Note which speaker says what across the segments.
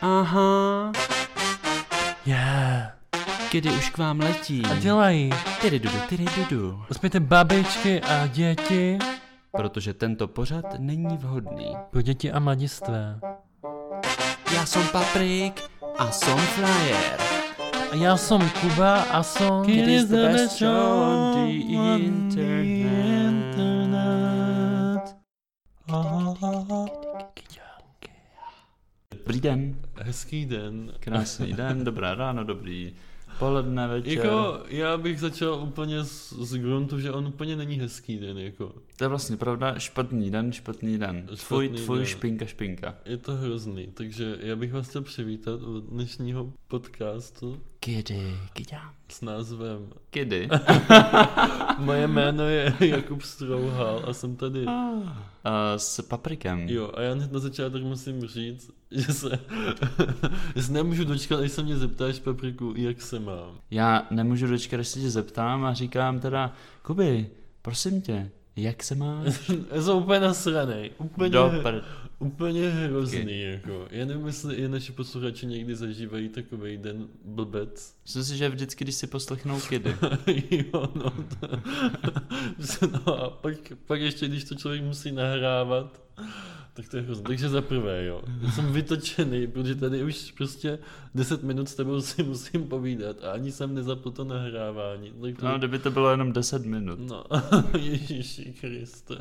Speaker 1: Aha,
Speaker 2: Yeah.
Speaker 1: kdy už k vám letí.
Speaker 2: A dělají.
Speaker 1: Tyry dudu, tyry dudu.
Speaker 2: Uspějte babičky a děti.
Speaker 1: Protože tento pořad není vhodný.
Speaker 2: Pro děti a mladistvé.
Speaker 1: Já jsem Paprik a jsem Flyer.
Speaker 2: A já jsem Kuba a jsem...
Speaker 1: It is the best show on the internet. Dobrý den.
Speaker 3: Hezký den.
Speaker 1: Krásný den, dobré ráno, dobrý poledne, večer.
Speaker 3: Jako, já bych začal úplně z, z gruntu, že on úplně není hezký den, jako.
Speaker 1: To je vlastně pravda, špatný den, špatný den. Tvůj,
Speaker 3: Špatný
Speaker 1: tvůj
Speaker 3: den.
Speaker 1: špinka, špinka.
Speaker 3: Je to hrozný, takže já bych vás chtěl přivítat u dnešního podcastu
Speaker 1: Kdy, kdám.
Speaker 3: s názvem
Speaker 1: Kdy?
Speaker 3: Moje jméno je Jakub Strouhal a jsem tady.
Speaker 1: A s paprikem.
Speaker 3: Jo, a já hned na začátek musím říct, že se, že se nemůžu dočkat, až se mě zeptáš, Papriku, jak se mám.
Speaker 1: Já nemůžu dočkat, až se tě zeptám a říkám teda, Kuby, prosím tě, jak se máš?
Speaker 3: Já jsem úplně nasranej, úplně...
Speaker 1: Do pr...
Speaker 3: Úplně hrozný, jako. Já nevím, jestli i naši posluchači někdy zažívají takový den blbec.
Speaker 1: Myslím si, že vždycky, když si poslechnou kdy.
Speaker 3: jo, no, to, no a pak, pak ještě, když to člověk musí nahrávat, tak to je hrozný. Takže za prvé, jo. Já jsem vytočený, protože tady už prostě 10 minut s tebou si musím povídat a ani jsem nezapl to nahrávání. Tak to,
Speaker 1: No, kdyby to bylo jenom 10 minut.
Speaker 3: No, Ježíši Kriste.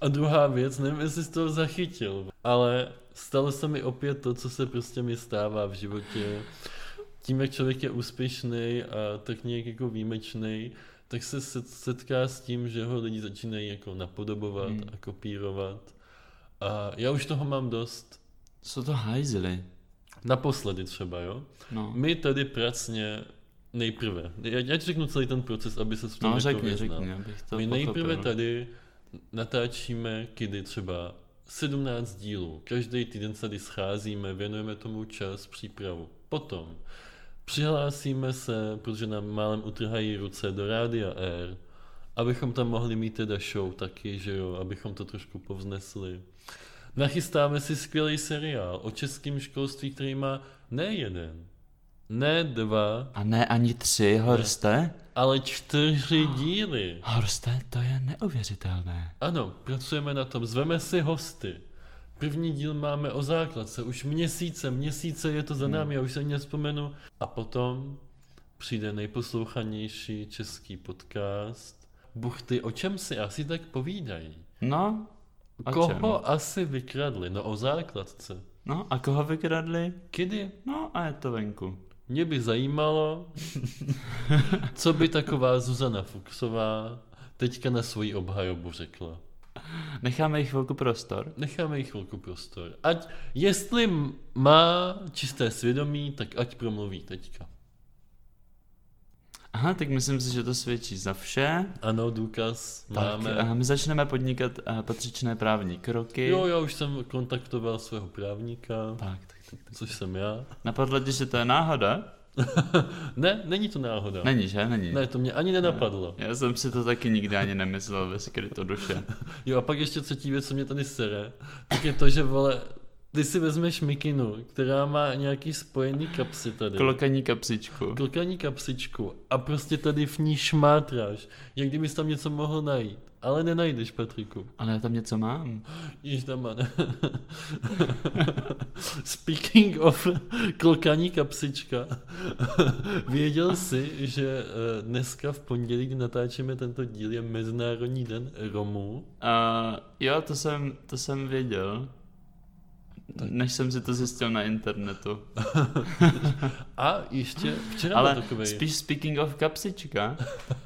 Speaker 3: A druhá věc, nevím, jestli jsi to zachytil, ale stalo se mi opět to, co se prostě mi stává v životě. Tím, jak člověk je úspěšný a tak nějak jako výjimečný, tak se set- setká s tím, že ho lidi začínají jako napodobovat
Speaker 1: Hmm.
Speaker 3: a kopírovat. A já už toho mám dost.
Speaker 1: Jsou to hajzly.
Speaker 3: Naposledy třeba, jo?
Speaker 1: No,
Speaker 3: My tady pracně nejprve. Já, já ti řeknu celý ten proces, aby se s tím
Speaker 1: no řekni,
Speaker 3: vyznal.
Speaker 1: řekni, abych to
Speaker 3: My nejprve
Speaker 1: pochopil.
Speaker 3: tady natáčíme kdy třeba 17 dílů. Každý týden se tady scházíme, věnujeme tomu čas, přípravu. Potom přihlásíme se, protože nám málem utrhají ruce do Rádia R, abychom tam mohli mít teda show taky, že jo, abychom to trošku povznesli. Nachystáme si skvělý seriál o českém školství, který má ne jeden, ne dva,
Speaker 1: A ne ani tři, Horste?
Speaker 3: ale čtyři díly.
Speaker 1: Horste, to je neuvěřitelné.
Speaker 3: Ano, pracujeme na tom, zveme si hosty. První díl máme o základce, už měsíce, měsíce je to
Speaker 1: Hmm.
Speaker 3: za námi, já už se ani nespomenu. A potom přijde nejposlouchanější český podcast. Buchty, o čem si asi tak povídají?
Speaker 1: No, o čem?
Speaker 3: Koho asi vykradli? No o základce.
Speaker 1: No a koho vykradli?
Speaker 3: Kdy?
Speaker 1: No a je to venku.
Speaker 3: Mě by zajímalo, co by taková Zuzana Fuxová teďka na svoji obhajobu řekla.
Speaker 1: Necháme jich chvilku prostor.
Speaker 3: Necháme jich chvilku prostor. Ať, jestli m- má čisté svědomí, tak ať promluví teďka.
Speaker 1: Aha, tak myslím si, že to svědčí za vše.
Speaker 3: Ano, důkaz máme.
Speaker 1: Tak, eh, my začneme podnikat eh, patřičné právní kroky.
Speaker 3: Jo, já už jsem kontaktoval svého právníka,
Speaker 1: Tak, tak, tak.
Speaker 3: což jsem já.
Speaker 1: Napadlo ti, že to je náhoda?
Speaker 3: Ne, není to náhoda.
Speaker 1: Není, že? Není.
Speaker 3: Ne, to mě ani nenapadlo.
Speaker 1: Já jsem si to taky nikdy ani nemyslel ve skryto duše.
Speaker 3: Jo, a pak ještě třetí věc, co mě tady sere, tak je to, že vole, ty si vezmeš mikinu, která má nějaký spojený kapsy tady.
Speaker 1: Klokaní kapsičku.
Speaker 3: klikaní kapsičku a prostě tady v ní šmátráš, jak kdybys tam něco mohl najít. Ale nenajdeš, Patriku.
Speaker 1: Ale já tam něco mám.
Speaker 3: Již tam má. Speaking of klokaní kapsička, věděl jsi, že eh, dneska v pondělí, kdy natáčíme tento díl, je Mezinárodní den Romů?
Speaker 1: Uh, jo, to jsem, to jsem věděl. Než jsem si to zjistil na internetu.
Speaker 3: A ještě včera
Speaker 1: Ale
Speaker 3: byl takovej.
Speaker 1: spíš speaking of kapsička,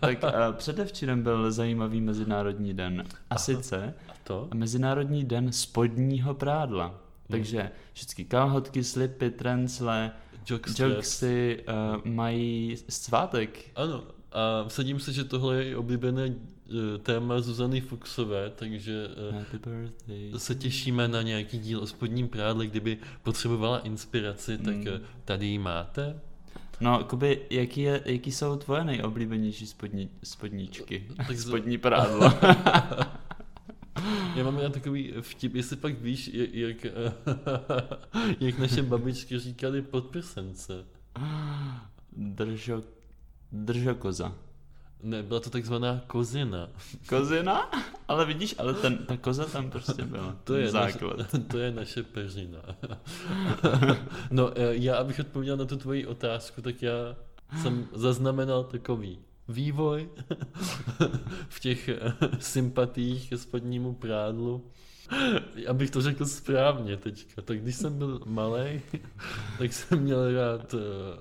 Speaker 1: tak uh, předevčírem byl zajímavý mezinárodní den. A sice
Speaker 3: A to?
Speaker 1: Mezinárodní den spodního prádla. Takže všechny kalhotky, slipy, trencle,
Speaker 3: Jockstraps.
Speaker 1: jogsy uh, mají svátek.
Speaker 3: Ano, a vsadím se, že tohle je i oblíbené eh, téma Zuzany Fuxové, takže eh,
Speaker 1: Happy birthday.
Speaker 3: se těšíme na nějaký díl o spodním prádle, kdyby potřebovala inspiraci, tak
Speaker 1: Hmm.
Speaker 3: eh, tady ji máte.
Speaker 1: No, Kuby, jaký, je, jaký jsou tvoje nejoblíbenější spodní, spodníčky?
Speaker 3: Tak
Speaker 1: Tak
Speaker 3: z-
Speaker 1: Spodní prádlo.
Speaker 3: já mám rád takový vtip, jestli pak víš, jak, jak, jak naše babičky říkali podprsence.
Speaker 1: Držo... Držokoza.
Speaker 3: Ne, byla to takzvaná kozina.
Speaker 1: Kozina? Ale vidíš, ale ten, ta koza tam prostě byla.
Speaker 3: To je, naše,
Speaker 1: základ.
Speaker 3: to je naše peřina. No, eh, já abych odpověděl na tu tvoji otázku, tak já jsem zaznamenal takový vývoj v těch eh, sympatiích ke spodnímu prádlu. Abych to řekl správně teďka, tak když jsem byl malý, tak jsem měl rád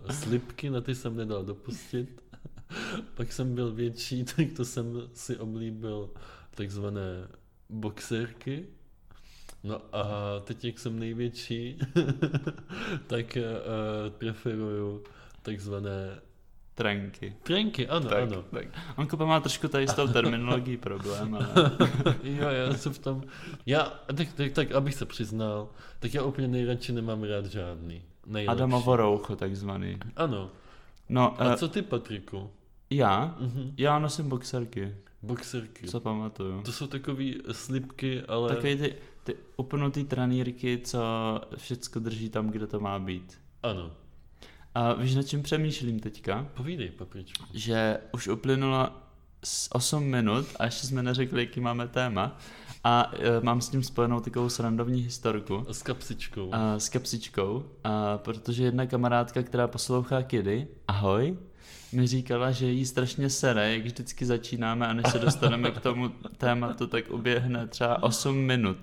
Speaker 3: eh, slipky, na ty jsem nedal dopustit. Pak jsem byl větší, tak to jsem si oblíbil takzvané boxerky. No a teď, jak jsem největší, tak uh, preferuju takzvané
Speaker 1: Trenky.
Speaker 3: trenky, ano,
Speaker 1: Tak,
Speaker 3: No, ano.
Speaker 1: tak. On Kuba má trošku tady s tou terminologií problém, ale...
Speaker 3: Jo, já jsem v tom, já, tak, tak, tak, abych se přiznal, tak já úplně nejradši nemám rád žádný. Nejlepší.
Speaker 1: Adamovo roucho takzvaný.
Speaker 3: Ano.
Speaker 1: No,
Speaker 3: A
Speaker 1: eh,
Speaker 3: co ty, Patriku?
Speaker 1: já?
Speaker 3: Mhm.
Speaker 1: Já nosím boxerky,
Speaker 3: Boxerky.
Speaker 1: co pamatuju.
Speaker 3: To jsou takový slipky, ale...
Speaker 1: Takový ty, ty upnutý tranýrky, co všecko drží tam, kde to má být.
Speaker 3: Ano.
Speaker 1: A víš, na čím přemýšlím teďka?
Speaker 3: Povídej, papričku.
Speaker 1: Že už uplynulo s 8 minut a ještě jsme neřekli, jaký máme téma. A e, mám s tím spojenou takovou srandovní historku.
Speaker 3: A S kapsičkou. A...
Speaker 1: A, s kapsičkou, a, protože jedna kamarádka, která poslouchá Kiddy, ahoj, mi říkala, že jí strašně sere, jak vždycky začínáme a než se dostaneme k tomu tématu, tak uběhne třeba 8 minut.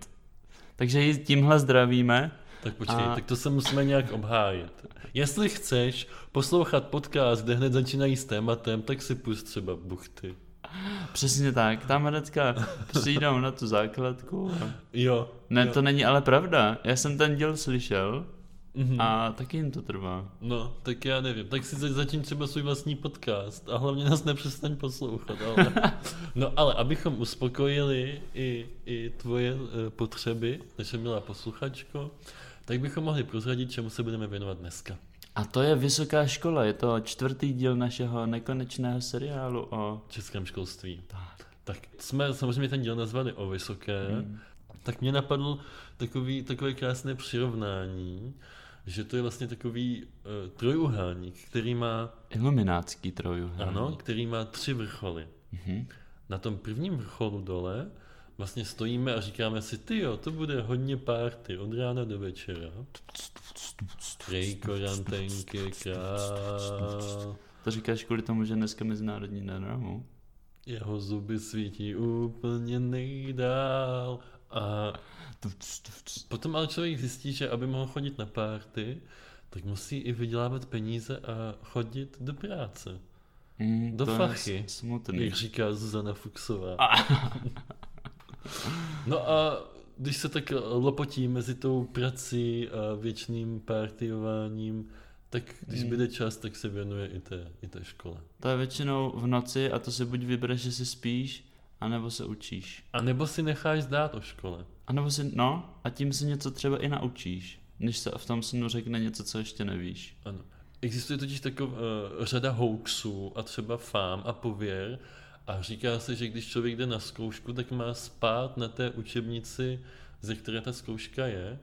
Speaker 1: Takže ji tímhle zdravíme.
Speaker 3: Tak počkej,
Speaker 1: A-
Speaker 3: a... tak to se musíme nějak obhájit. Jestli chceš poslouchat podcast, kde hned začínají s tématem, tak si pust třeba buchty.
Speaker 1: Přesně tak, tam hnedka přijdou na tu základku.
Speaker 3: Jo.
Speaker 1: Ne,
Speaker 3: jo.
Speaker 1: to není ale pravda. Já jsem ten díl slyšel
Speaker 3: Mhm.
Speaker 1: a taky jim to trvá.
Speaker 3: No, tak já nevím. Tak si za- zatím třeba svůj vlastní podcast a hlavně nás nepřestaň poslouchat. Ale... No ale abychom uspokojili i, i tvoje eh, potřeby, naše milá posluchačko, tak bychom mohli prozradit, čemu se budeme věnovat dneska.
Speaker 1: A to je vysoká škola, je to čtvrtý díl našeho nekonečného seriálu o...
Speaker 3: českém školství. Tak. tak jsme samozřejmě ten díl nazvali o vysoké, hmm. tak mě napadlo takový, takové krásné přirovnání, že to je vlastně takový uh, trojuhelník, který má,
Speaker 1: Iluminácký trojuhelník.
Speaker 3: ano, který má tři vrcholy.
Speaker 1: Mhm.
Speaker 3: Na tom prvním vrcholu dole vlastně stojíme a říkáme si, ty jo, to bude hodně párty od rána do večera. Rejkorantenky, král.
Speaker 1: To říkáš kvůli tomu, že dneska Mezinárodní den ramu.
Speaker 3: Jeho zuby svítí úplně nejdál. A potom ale člověk zjistí, že aby mohl chodit na párty, tak musí i vydělávat peníze a chodit do práce.
Speaker 1: Mm,
Speaker 3: Do
Speaker 1: to je
Speaker 3: fachy.
Speaker 1: s- Smutný.
Speaker 3: Jak říká Zuzana Fuxová. No a když se tak lopotí mezi tou prací a věčným partyováním, tak když bude čas, tak se věnuje i té, i té škole.
Speaker 1: To je většinou v noci a to si buď vybereš, že si spíš, anebo se učíš.
Speaker 3: A nebo si necháš zdát o škole.
Speaker 1: A nebo si, no, a tím se něco třeba i naučíš, než se v tom snu řekne něco, co ještě nevíš.
Speaker 3: Ano. Existuje totiž taková uh, řada hoaxů a třeba fám a pověr a říká se, že když člověk jde na zkoušku, tak má spát na té učebnici, ze které ta zkouška je.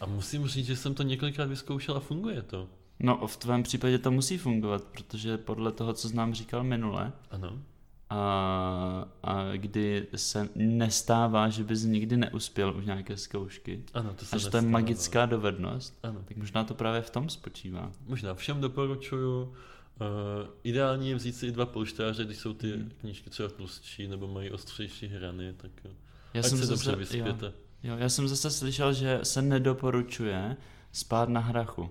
Speaker 3: A musím říct, že jsem to několikrát vyzkoušel a funguje to.
Speaker 1: No, v tvém případě to musí fungovat, protože podle toho, co znám říkal minule,
Speaker 3: Ano.
Speaker 1: a, a kdy se nestává, že bys nikdy neuspěl u nějaké zkoušky,
Speaker 3: Ano, to se
Speaker 1: a že to je
Speaker 3: nestává.
Speaker 1: magická dovednost,
Speaker 3: Ano.
Speaker 1: tak možná to právě v tom spočívá.
Speaker 3: Možná všem doporučuju. Uh, ideální je vzít si i dva polštáře, když jsou
Speaker 1: Mhm.
Speaker 3: ty knížky třeba tlustší nebo mají ostřejší hrany, tak eh,
Speaker 1: Já
Speaker 3: ať se dobře
Speaker 1: jo,
Speaker 3: vyspěte.
Speaker 1: jo, já jsem zase slyšel, že se nedoporučuje spát na hrachu.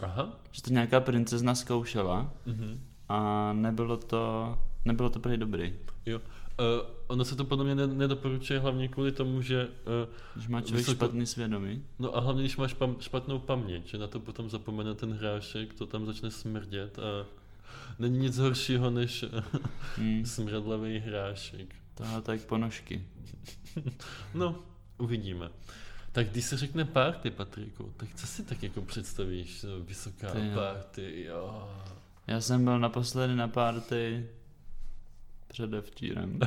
Speaker 3: Aha.
Speaker 1: Že to nějaká princezna zkoušela
Speaker 3: Mhm.
Speaker 1: a nebylo to, nebylo to prý dobrý.
Speaker 3: Jo. Uh, ono se to podle mě ne- nedoporučuje hlavně kvůli tomu, že... Uh,
Speaker 1: Když má člověk
Speaker 3: Vysoko-
Speaker 1: špatný svědomí.
Speaker 3: no a hlavně, když máš pam- špatnou paměť, že na to potom zapomene ten hrášek, to tam začne smrdět a není nic horšího než eh,
Speaker 1: Hmm,
Speaker 3: smradlavý hrášek.
Speaker 1: tohle tak ponožky.
Speaker 3: No, uvidíme. Tak když se řekne party, Patriku, tak co si tak jako představíš? no, Vysoká
Speaker 1: Ty jo.
Speaker 3: party, jo.
Speaker 1: Já jsem byl naposledy na párty předevčírem.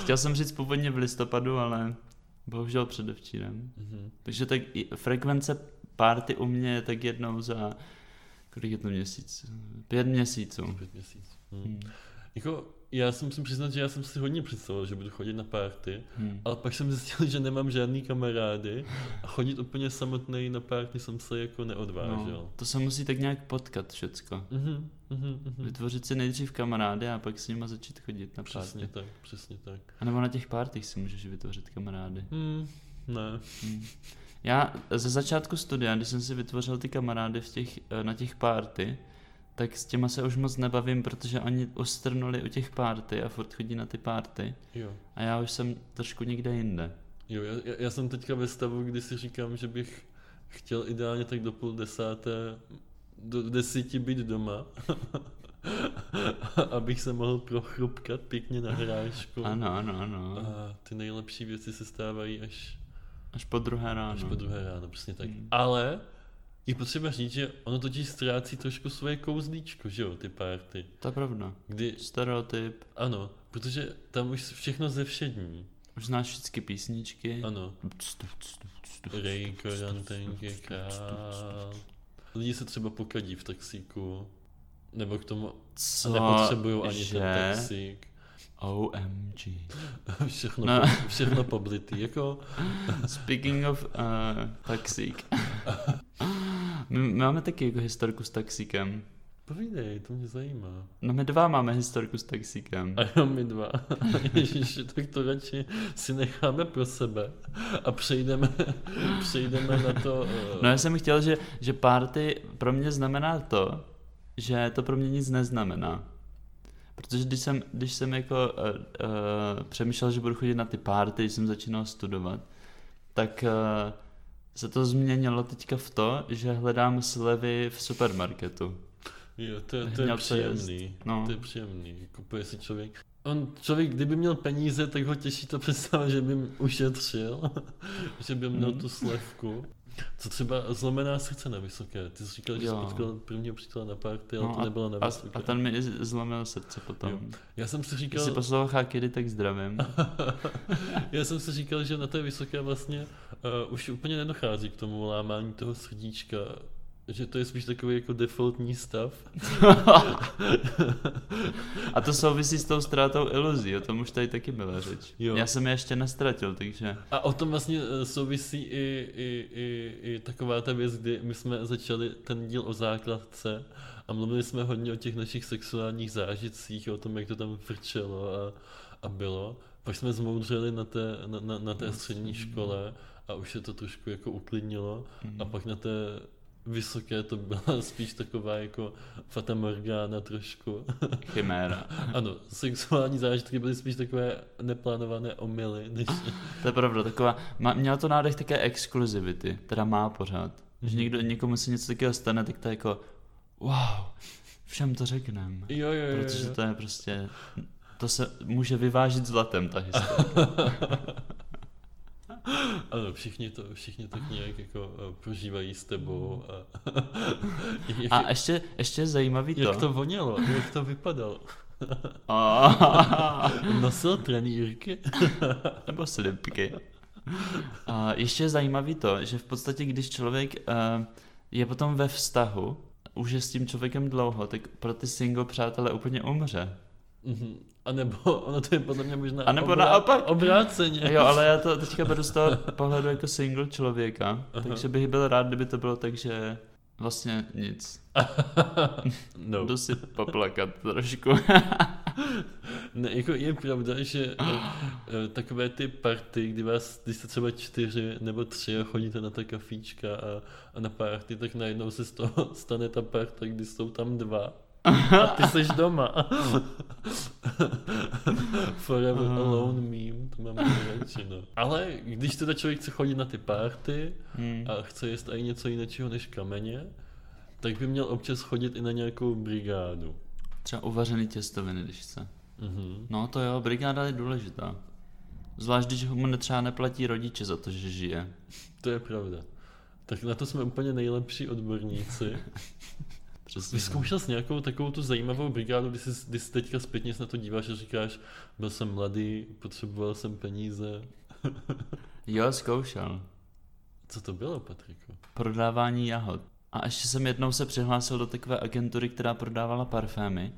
Speaker 1: Chtěl jsem říct původně v listopadu, ale bohužel předevčírem.
Speaker 3: Mhm.
Speaker 1: Takže tak i frekvence párty u mě je tak jednou za, kolik je to měsíc? Pět měsíců.
Speaker 3: Pět měsíců. Hm.
Speaker 1: Hmm.
Speaker 3: Jako, já si musím přiznat, že já jsem si hodně představoval, že budu chodit na párty,
Speaker 1: Hmm.
Speaker 3: ale pak jsem zjistil, že nemám žádný kamarády a chodit úplně samotný na párty jsem se jako neodvážil.
Speaker 1: No, to se musí tak nějak potkat všecko.
Speaker 3: No. Mhm, mhm, mhm.
Speaker 1: Vytvořit si nejdřív kamarády a pak s nima začít chodit na
Speaker 3: Přesně
Speaker 1: párty.
Speaker 3: tak, přesně tak.
Speaker 1: A nebo na těch pártych si můžeš vytvořit kamarády.
Speaker 3: Hm, ne.
Speaker 1: Hmm. Já ze začátku studia, když jsem si vytvořil ty kamarády v těch, eh, na těch párty, tak s těma se už moc nebavím, protože oni ostrnuli u těch párty a furt chodí na ty párty.
Speaker 3: Jo.
Speaker 1: A já už jsem trošku někde jinde.
Speaker 3: Jo, já, já- já jsem teďka ve stavu, kdy si říkám, že bych chtěl ideálně tak do půl desáté, do desíti být doma, abych se mohl prochrupkat pěkně na hráčku.
Speaker 1: Ano, ano, ano.
Speaker 3: A ty nejlepší věci se stávají až,
Speaker 1: Až po druhé ráno.
Speaker 3: až po druhé ráno, přesně tak.
Speaker 1: Mm.
Speaker 3: Ale je potřeba říct, že ono totiž ztrácí trošku svoje kouzlíčko, že jo, ty party.
Speaker 1: To je pravda.
Speaker 3: Kdy,
Speaker 1: Stereotyp.
Speaker 3: ano, protože tam už všechno ze všední.
Speaker 1: Už znáš všechny písničky.
Speaker 3: Ano, Ray Korantenky král. Lidi se třeba pokadí v taxíku, nebo k tomu
Speaker 1: Co?
Speaker 3: nepotřebují ani
Speaker 1: že?
Speaker 3: ten taxík.
Speaker 1: OMG.
Speaker 3: Všechno,
Speaker 1: No.
Speaker 3: no. všechno poblitý, jako
Speaker 1: Speaking of uh, taxík. My máme taky jako historku s taxíkem.
Speaker 3: povídej, to mě zajímá.
Speaker 1: No my dva máme historku s taxíkem.
Speaker 3: A jo, my dva. Ježiši, tak to radši si necháme pro sebe a přejdeme, přejdeme na to. eh,
Speaker 1: No já jsem chtěl, že, že party pro mě znamená to, že to pro mě nic neznamená. Protože když jsem, když jsem jako uh, uh, přemýšlel, že budu chodit na ty party, když jsem začínal studovat, tak uh, se to změnilo teďka v to, že hledám slevy v supermarketu.
Speaker 3: eh, Jo, to, je- to
Speaker 1: Měl
Speaker 3: je
Speaker 1: přejezd,
Speaker 3: příjemný.
Speaker 1: no.
Speaker 3: To je příjemný. Kupuje si člověk. On, člověk, kdyby měl peníze, tak ho těší to představa, že by ušetřil, že by měl
Speaker 1: Mm.
Speaker 3: tu slevku. Co třeba zlomená srdce na vysoké. Ty jsi říkal, že jsi
Speaker 1: Jo.
Speaker 3: potkal prvního přítele na party, ale
Speaker 1: No
Speaker 3: to nebylo na
Speaker 1: a,
Speaker 3: vysoké.
Speaker 1: a ten mi i z- zlomil srdce potom.
Speaker 3: Jo. Já jsem si
Speaker 1: Když si
Speaker 3: říkal,
Speaker 1: poslouchá Kiddy, tak zdravím.
Speaker 3: já jsem si říkal, že na té vysoké vlastně uh, už úplně nedochází k tomu lámání toho srdíčka, že to je spíš takový jako defaultní stav.
Speaker 1: A to souvisí s tou ztrátou iluzí, o tom už tady taky byla řeč.
Speaker 3: Jo.
Speaker 1: Já jsem je ještě nestratil, takže...
Speaker 3: A o tom vlastně eh, souvisí i, i, i, i taková ta věc, kdy my jsme začali ten díl o základce a mluvili jsme hodně o těch našich sexuálních zážitcích, o tom, jak to tam vrčelo a, a bylo. Pak jsme zmoudřeli na té, na, na, na té střední škole a už se to trošku jako uklidnilo. A pak na té vysoké to byla spíš taková jako Fata Morgana trošku.
Speaker 1: Chiméra.
Speaker 3: ano, sexuální zážitky byly spíš takové neplánované omily, než...
Speaker 1: To je pravda, taková... Má, měla to nádech také exkluzivity, teda má pořád. Když
Speaker 3: Mhm.
Speaker 1: někdo, někomu se něco takového stane, tak to je jako... Wow, všem to řekneme.
Speaker 3: Jo, jo, jo, jo.
Speaker 1: Protože to je prostě... To se může vyvážit zlatem, ta historie.
Speaker 3: Ano, všichni to, všichni tak nějak jako eh, prožívají s tebou a jak, No.
Speaker 1: A ještě, ještě je zajímavý
Speaker 3: jak
Speaker 1: to...
Speaker 3: to vonělo, jak to vypadalo.
Speaker 1: A-
Speaker 3: Nosil trenýrky?
Speaker 1: Nebo slipky. A ještě je zajímavý to, že v podstatě, když člověk eh, je potom ve vztahu, už je s tím člověkem dlouho, tak pro ty single přátelé úplně umře.
Speaker 3: Mhm. A nebo, ono to je podle mě možná
Speaker 1: A nebo naopak.
Speaker 3: obráceně.
Speaker 1: Jo, ale já to teďka beru z toho pohledu jako single člověka, Aha. takže bych byl rád, kdyby to bylo tak, že vlastně nic.
Speaker 3: no.
Speaker 1: Jdu si poplakat trošku.
Speaker 3: Ne, jako je pravda, že eh, eh, takové ty party, kdy vás, když jste třeba čtyři nebo tři a chodíte na ta kafíčka a, a na party, tak najednou se z toho stane ta parta, kdy jsou tam dva. A ty seš doma. Forever alone meme, to mám nejradši, no. Ale když teda člověk chce chodit na ty party
Speaker 1: Hmm.
Speaker 3: a chce jíst i něco jiného než kameně, tak by měl občas chodit i na nějakou brigádu.
Speaker 1: Třeba uvařený těstoviny, když chce.
Speaker 3: Mhm.
Speaker 1: No to jo, brigáda je důležitá. Zvlášť, když mu ne- třeba neplatí rodiče za to, že žije.
Speaker 3: To je pravda. Tak na to jsme úplně nejlepší odborníci.
Speaker 1: Přesně.
Speaker 3: Vyzkoušel jsi nějakou takovou tu zajímavou brigádu, když jsi, když jsi teďka zpětně se na to díváš a říkáš, byl jsem mladý, potřeboval jsem peníze.
Speaker 1: Jo, zkoušel.
Speaker 3: Co to bylo, Patriku?
Speaker 1: Prodávání jahod. A ještě jsem jednou se přihlásil do takové agentury, která prodávala parfémy.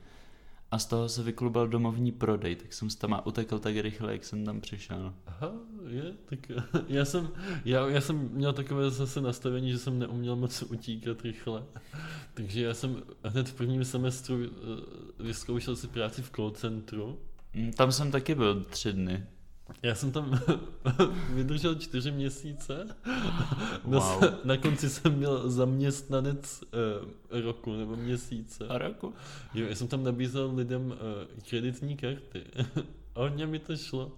Speaker 1: A z toho se vyklubil domovní prodej, tak jsem se tam a utekl tak rychle, jak jsem tam přišel.
Speaker 3: Aha, je, tak já jsem, já, já jsem měl takové zase nastavení, že jsem neuměl moc utíkat rychle, takže já jsem hned v prvním semestru eh, vyzkoušel si práci v call centru.
Speaker 1: Mm, Tam jsem taky byl tři dny.
Speaker 3: Já jsem tam vydržel čtyři měsíce, na,
Speaker 1: Wow.
Speaker 3: na konci jsem byl zaměstnanec eh, roku nebo měsíce.
Speaker 1: A roku?
Speaker 3: Jo, já jsem tam nabízel lidem eh, kreditní karty. A hodně mi to šlo.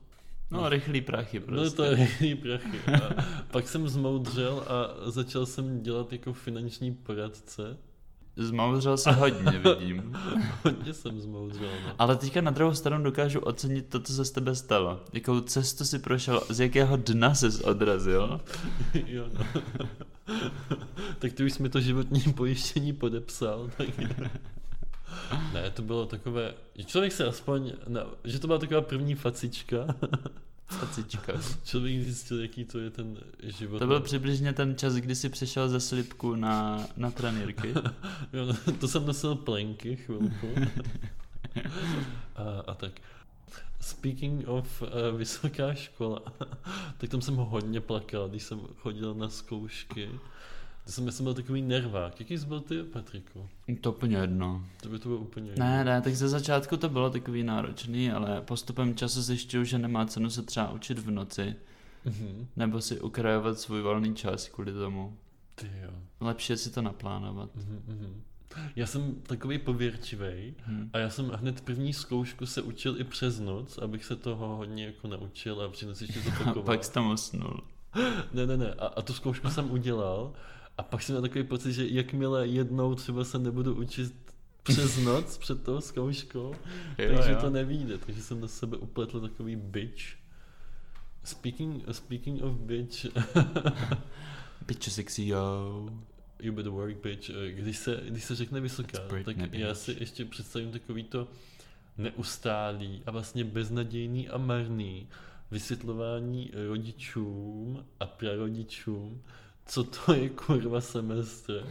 Speaker 1: No, rychlý prachy prostě.
Speaker 3: Byly to jiný prachy. A pak jsem zmoudřel a začal jsem dělat jako finanční poradce.
Speaker 1: Zmouzřel se hodně, vidím.
Speaker 3: Hodně jsem zmoudřel. No.
Speaker 1: Ale teďka na druhou stranu dokážu ocenit to, co se z tebe stalo. Jakou cestu si prošel, z jakého dna ses odrazil.
Speaker 3: jo, no. tak ty už jsi mi to životní pojištění podepsal. Tak... ne, to bylo takové... že Člověk se aspoň... Na... Že to byla taková první facička.
Speaker 1: Facička.
Speaker 3: Člověk zjistil, jaký to je ten život.
Speaker 1: To byl přibližně ten čas, kdy jsi přišel ze slipku na, na trenýrky.
Speaker 3: Jo, no, to jsem nosil plenky chvilku. a, a tak. Speaking of uh, vysoká škola, tak tam jsem hodně plakal, když jsem chodil na zkoušky. To jsem, já jsem byl takový nervák. Jaký jsi byl ty, Patriku?
Speaker 1: To úplně jedno.
Speaker 3: To by to bylo úplně...
Speaker 1: Ne, ne, tak ze začátku to bylo takový náročný, ale postupem času zjišťuju, že nemá cenu se třeba učit v noci,
Speaker 3: Mhm.
Speaker 1: nebo si ukrajovat svůj volný čas kvůli tomu.
Speaker 3: Ty jo.
Speaker 1: Lepší je si to naplánovat.
Speaker 3: Mhm, mhm. Já jsem takový pověrčivý
Speaker 1: Hm.
Speaker 3: a já jsem hned první zkoušku se učil i přes noc, abych se toho hodně jako naučil a při noci ještě
Speaker 1: A
Speaker 3: zopakoval.
Speaker 1: pak jsi tam usnul.
Speaker 3: Ne, ne, ne. A, a tu zkoušku jsem udělal. A pak jsem měl takový pocit, že jakmile jednou třeba se nebudu učit přes noc před tou zkouškou,
Speaker 1: Jo,
Speaker 3: takže
Speaker 1: jo.
Speaker 3: to nevíde. Takže jsem na sebe upletl takový bitch. Speaking, speaking of bitch,
Speaker 1: Bitch sexy yo.
Speaker 3: you better work bitch, Eh, když se, když se řekne vysoká,
Speaker 1: It's Britney,
Speaker 3: tak já
Speaker 1: bitch.
Speaker 3: si ještě představím takový to neustálý a vlastně beznadějný a marný vysvětlování rodičům a prarodičům, co to je kurva semestr,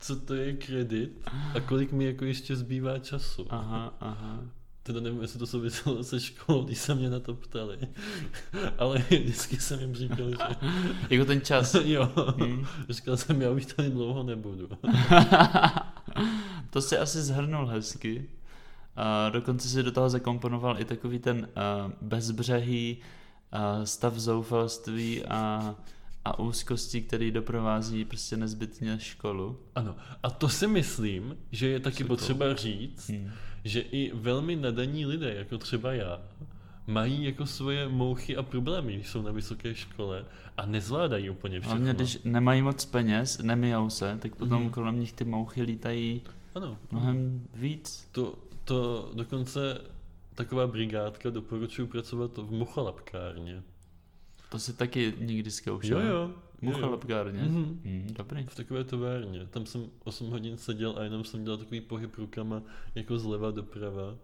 Speaker 3: co to je kredit a kolik mi jako ještě zbývá času.
Speaker 1: Aha, aha.
Speaker 3: Teda nevím, jestli to souviselo se školou, když se mě na to ptali, ale vždycky jsem jim říkal, že
Speaker 1: Jako ten čas.
Speaker 3: jo,
Speaker 1: Hm.
Speaker 3: říkal jsem, já už tady dlouho nebudu.
Speaker 1: to si asi zhrnul hezky. A dokonce si do toho zakomponoval i takový ten a, bezbřehý a, stav zoufalství a, a úzkostí, který doprovází prostě nezbytně školu.
Speaker 3: Ano, a to si myslím, že je taky
Speaker 1: Jsou to-
Speaker 3: potřeba říct,
Speaker 1: Hmm.
Speaker 3: že i velmi nadaní lidé, jako třeba já, mají jako svoje mouchy a problémy, když jsou na vysoké škole a nezvládají úplně všechno.
Speaker 1: Hlavně, když nemají moc peněz, nemijou se, tak potom
Speaker 3: Mhm.
Speaker 1: kolem nich ty mouchy lítají
Speaker 3: Ano,
Speaker 1: mnohem víc.
Speaker 3: to, to dokonce taková brigádka doporučuju pracovat v mucholapkárně.
Speaker 1: To si taky nikdy zkoušel.
Speaker 3: Jo, jo. jo, jo.
Speaker 1: Muchalapkárně.
Speaker 3: Mhm.
Speaker 1: Mm, dobrý.
Speaker 3: V takové továrně. Tam jsem 8 hodin seděl a jenom jsem dělal takový pohyb rukama jako zleva doprava.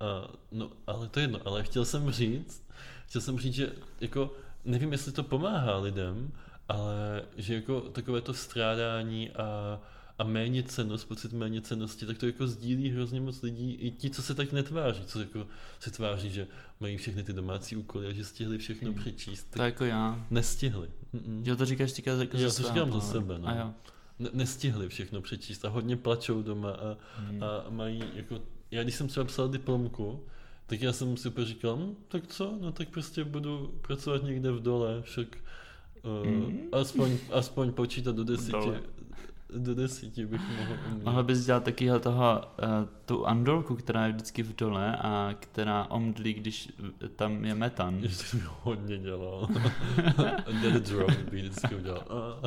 Speaker 3: A, no, ale to je jedno. Ale chtěl jsem říct, chtěl jsem říct, že jako nevím, jestli to pomáhá lidem, ale že jako takové to strádání a, a méně cenost, pocit méně cenosti, tak to jako sdílí hrozně moc lidí, i ti, co se tak netváří, co jako se tváří, že mají všechny ty domácí úkoly a že stihli všechno přečíst,
Speaker 1: To
Speaker 3: tak
Speaker 1: jako já.
Speaker 3: nestihli. Mm-mm.
Speaker 1: Jo, to říkáš teďka jako za
Speaker 3: Jo, to
Speaker 1: svého
Speaker 3: říkám za
Speaker 1: pohledu.
Speaker 3: sebe, no.
Speaker 1: A jo.
Speaker 3: ne- nestihli všechno přečíst a hodně plačou doma a,
Speaker 1: Hmm.
Speaker 3: a mají jako, já když jsem třeba psal diplomku, tak já jsem si úplně říkal, hm, tak co, no tak prostě budu pracovat někde v dole, však uh,
Speaker 1: Mm.
Speaker 3: aspoň, aspoň počítat do desíti,
Speaker 1: dole.
Speaker 3: do desíti bych mohl umět.
Speaker 1: Mohl bys dělat takovýho toho, eh, tu andolku, která je vždycky v dole a která omdlí, když eh, tam je metan.
Speaker 3: Ještě to mi hodně dělal. Dead drone by vždycky udělal.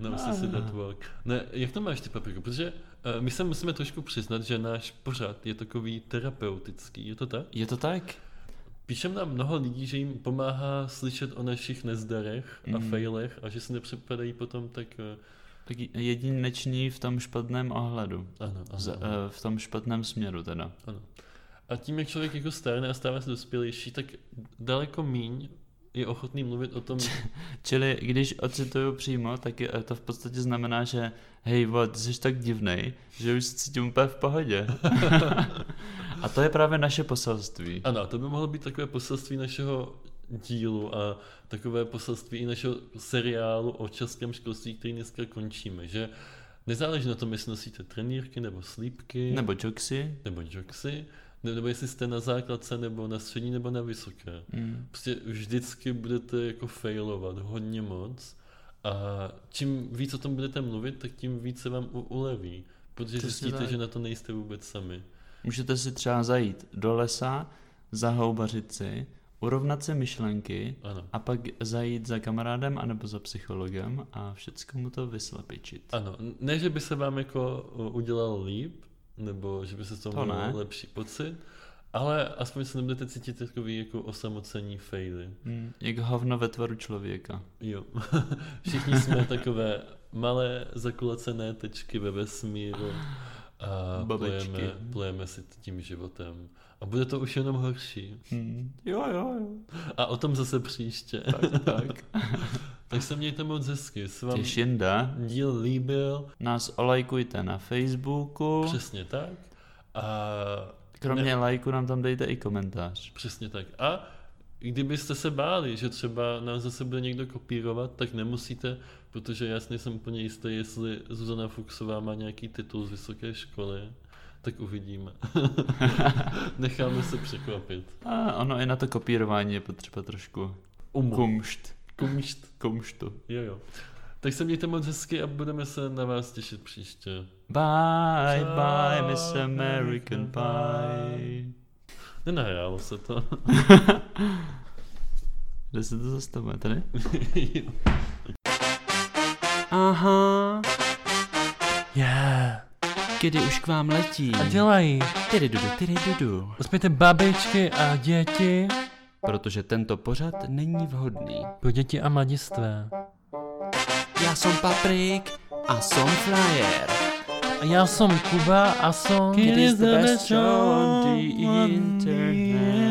Speaker 3: Naučil si that work. Ne, jak to máš ty papriku? Protože eh, my se musíme trošku přiznat, že náš pořad je takový terapeutický, je to tak?
Speaker 1: Je to tak?
Speaker 3: Píšem nám mnoho lidí, že jim pomáhá slyšet o našich nezdarech a
Speaker 1: Mm.
Speaker 3: failech a že si nepřipadají potom tak eh,
Speaker 1: Tak jedinečný v tom špatném ohledu.
Speaker 3: Ano, ano.
Speaker 1: Z, eh, v tom špatném směru teda.
Speaker 3: Ano. A tím, jak člověk jako stárne a stává se dospělejší, tak daleko míň je ochotný mluvit o tom,
Speaker 1: Čili když ocituju přímo, tak je, eh, to v podstatě znamená, že hej, vod, jsi tak divnej, že už se cítím úplně v pohodě. a to je právě naše poselství.
Speaker 3: ano, to by mohlo být takové poselství našeho dílu a takové poselství i našeho seriálu o českém školství, který dneska končíme, že nezáleží na tom, jestli nosíte trenýrky nebo slípky
Speaker 1: Nebo joxy.
Speaker 3: nebo joxy, ne- nebo jestli jste na základce nebo na střední nebo na vysoké.
Speaker 1: Mm.
Speaker 3: prostě vždycky budete jako failovat hodně moc a čím víc o tom budete mluvit, tak tím víc se vám u- uleví, protože
Speaker 1: Přesně
Speaker 3: zjistíte,
Speaker 1: tak.
Speaker 3: že na to nejste vůbec sami.
Speaker 1: Můžete si třeba zajít do lesa, zahoubařit si, urovnat si myšlenky
Speaker 3: Ano.
Speaker 1: a pak zajít za kamarádem anebo za psychologem a všecko mu to vyslepičit.
Speaker 3: Ano, ne, že by se vám jako uh, udělal líp, nebo že by se z
Speaker 1: To
Speaker 3: toho
Speaker 1: ne.
Speaker 3: měl lepší pocit, ale aspoň se nebudete cítit takový jako osamocení fejly.
Speaker 1: Mm. Jak hovno ve tvaru člověka.
Speaker 3: Jo. Všichni jsme takové malé zakulacené tečky ve vesmíru a
Speaker 1: Babečky.
Speaker 3: plujeme, plujeme si tím životem. A bude to už jenom horší.
Speaker 1: Mm. Jo, jo, jo.
Speaker 3: A o tom zase příště.
Speaker 1: Tak, tak.
Speaker 3: tak se mějte moc hezky. S vám
Speaker 1: Těž jinde.
Speaker 3: díl líbil.
Speaker 1: Nás olajkujte na Facebooku.
Speaker 3: Přesně tak. A
Speaker 1: Kromě lajku nám tam dejte i komentář.
Speaker 3: přesně tak. A kdybyste se báli, že třeba nám zase bude někdo kopírovat, tak nemusíte, protože já si nejsem úplně jistý, jestli Zuzana Fuchsová má nějaký titul z vysoké školy, tak uvidíme. Necháme se překvapit.
Speaker 1: A ono i na to kopírování je potřeba trošku kumšt.
Speaker 3: Kumšt.
Speaker 1: Kumštu.
Speaker 3: Jo, jo. Tak se mějte moc hezky a budeme se na vás těšit příště.
Speaker 1: Bye, bye, Miss
Speaker 3: Ciao,
Speaker 1: American
Speaker 3: American
Speaker 1: Pie.
Speaker 3: Nenahrálo se to.
Speaker 1: Kde se to zastavuje tady?
Speaker 3: jo.
Speaker 4: Aha,
Speaker 2: Yeah.
Speaker 4: kdy už k vám letí.
Speaker 2: A dělají.
Speaker 4: Tyry dudu, tyry dudu.
Speaker 2: Uspějte babičky a děti
Speaker 4: Protože tento pořad není vhodný.
Speaker 2: pro děti a mladistvé.
Speaker 4: Já jsem Paprik a jsem Flyer.
Speaker 2: A já jsem Kuba a jsem...
Speaker 1: It is the
Speaker 4: the
Speaker 1: best
Speaker 4: best
Speaker 1: show
Speaker 4: show
Speaker 1: on the
Speaker 4: on the
Speaker 1: internet.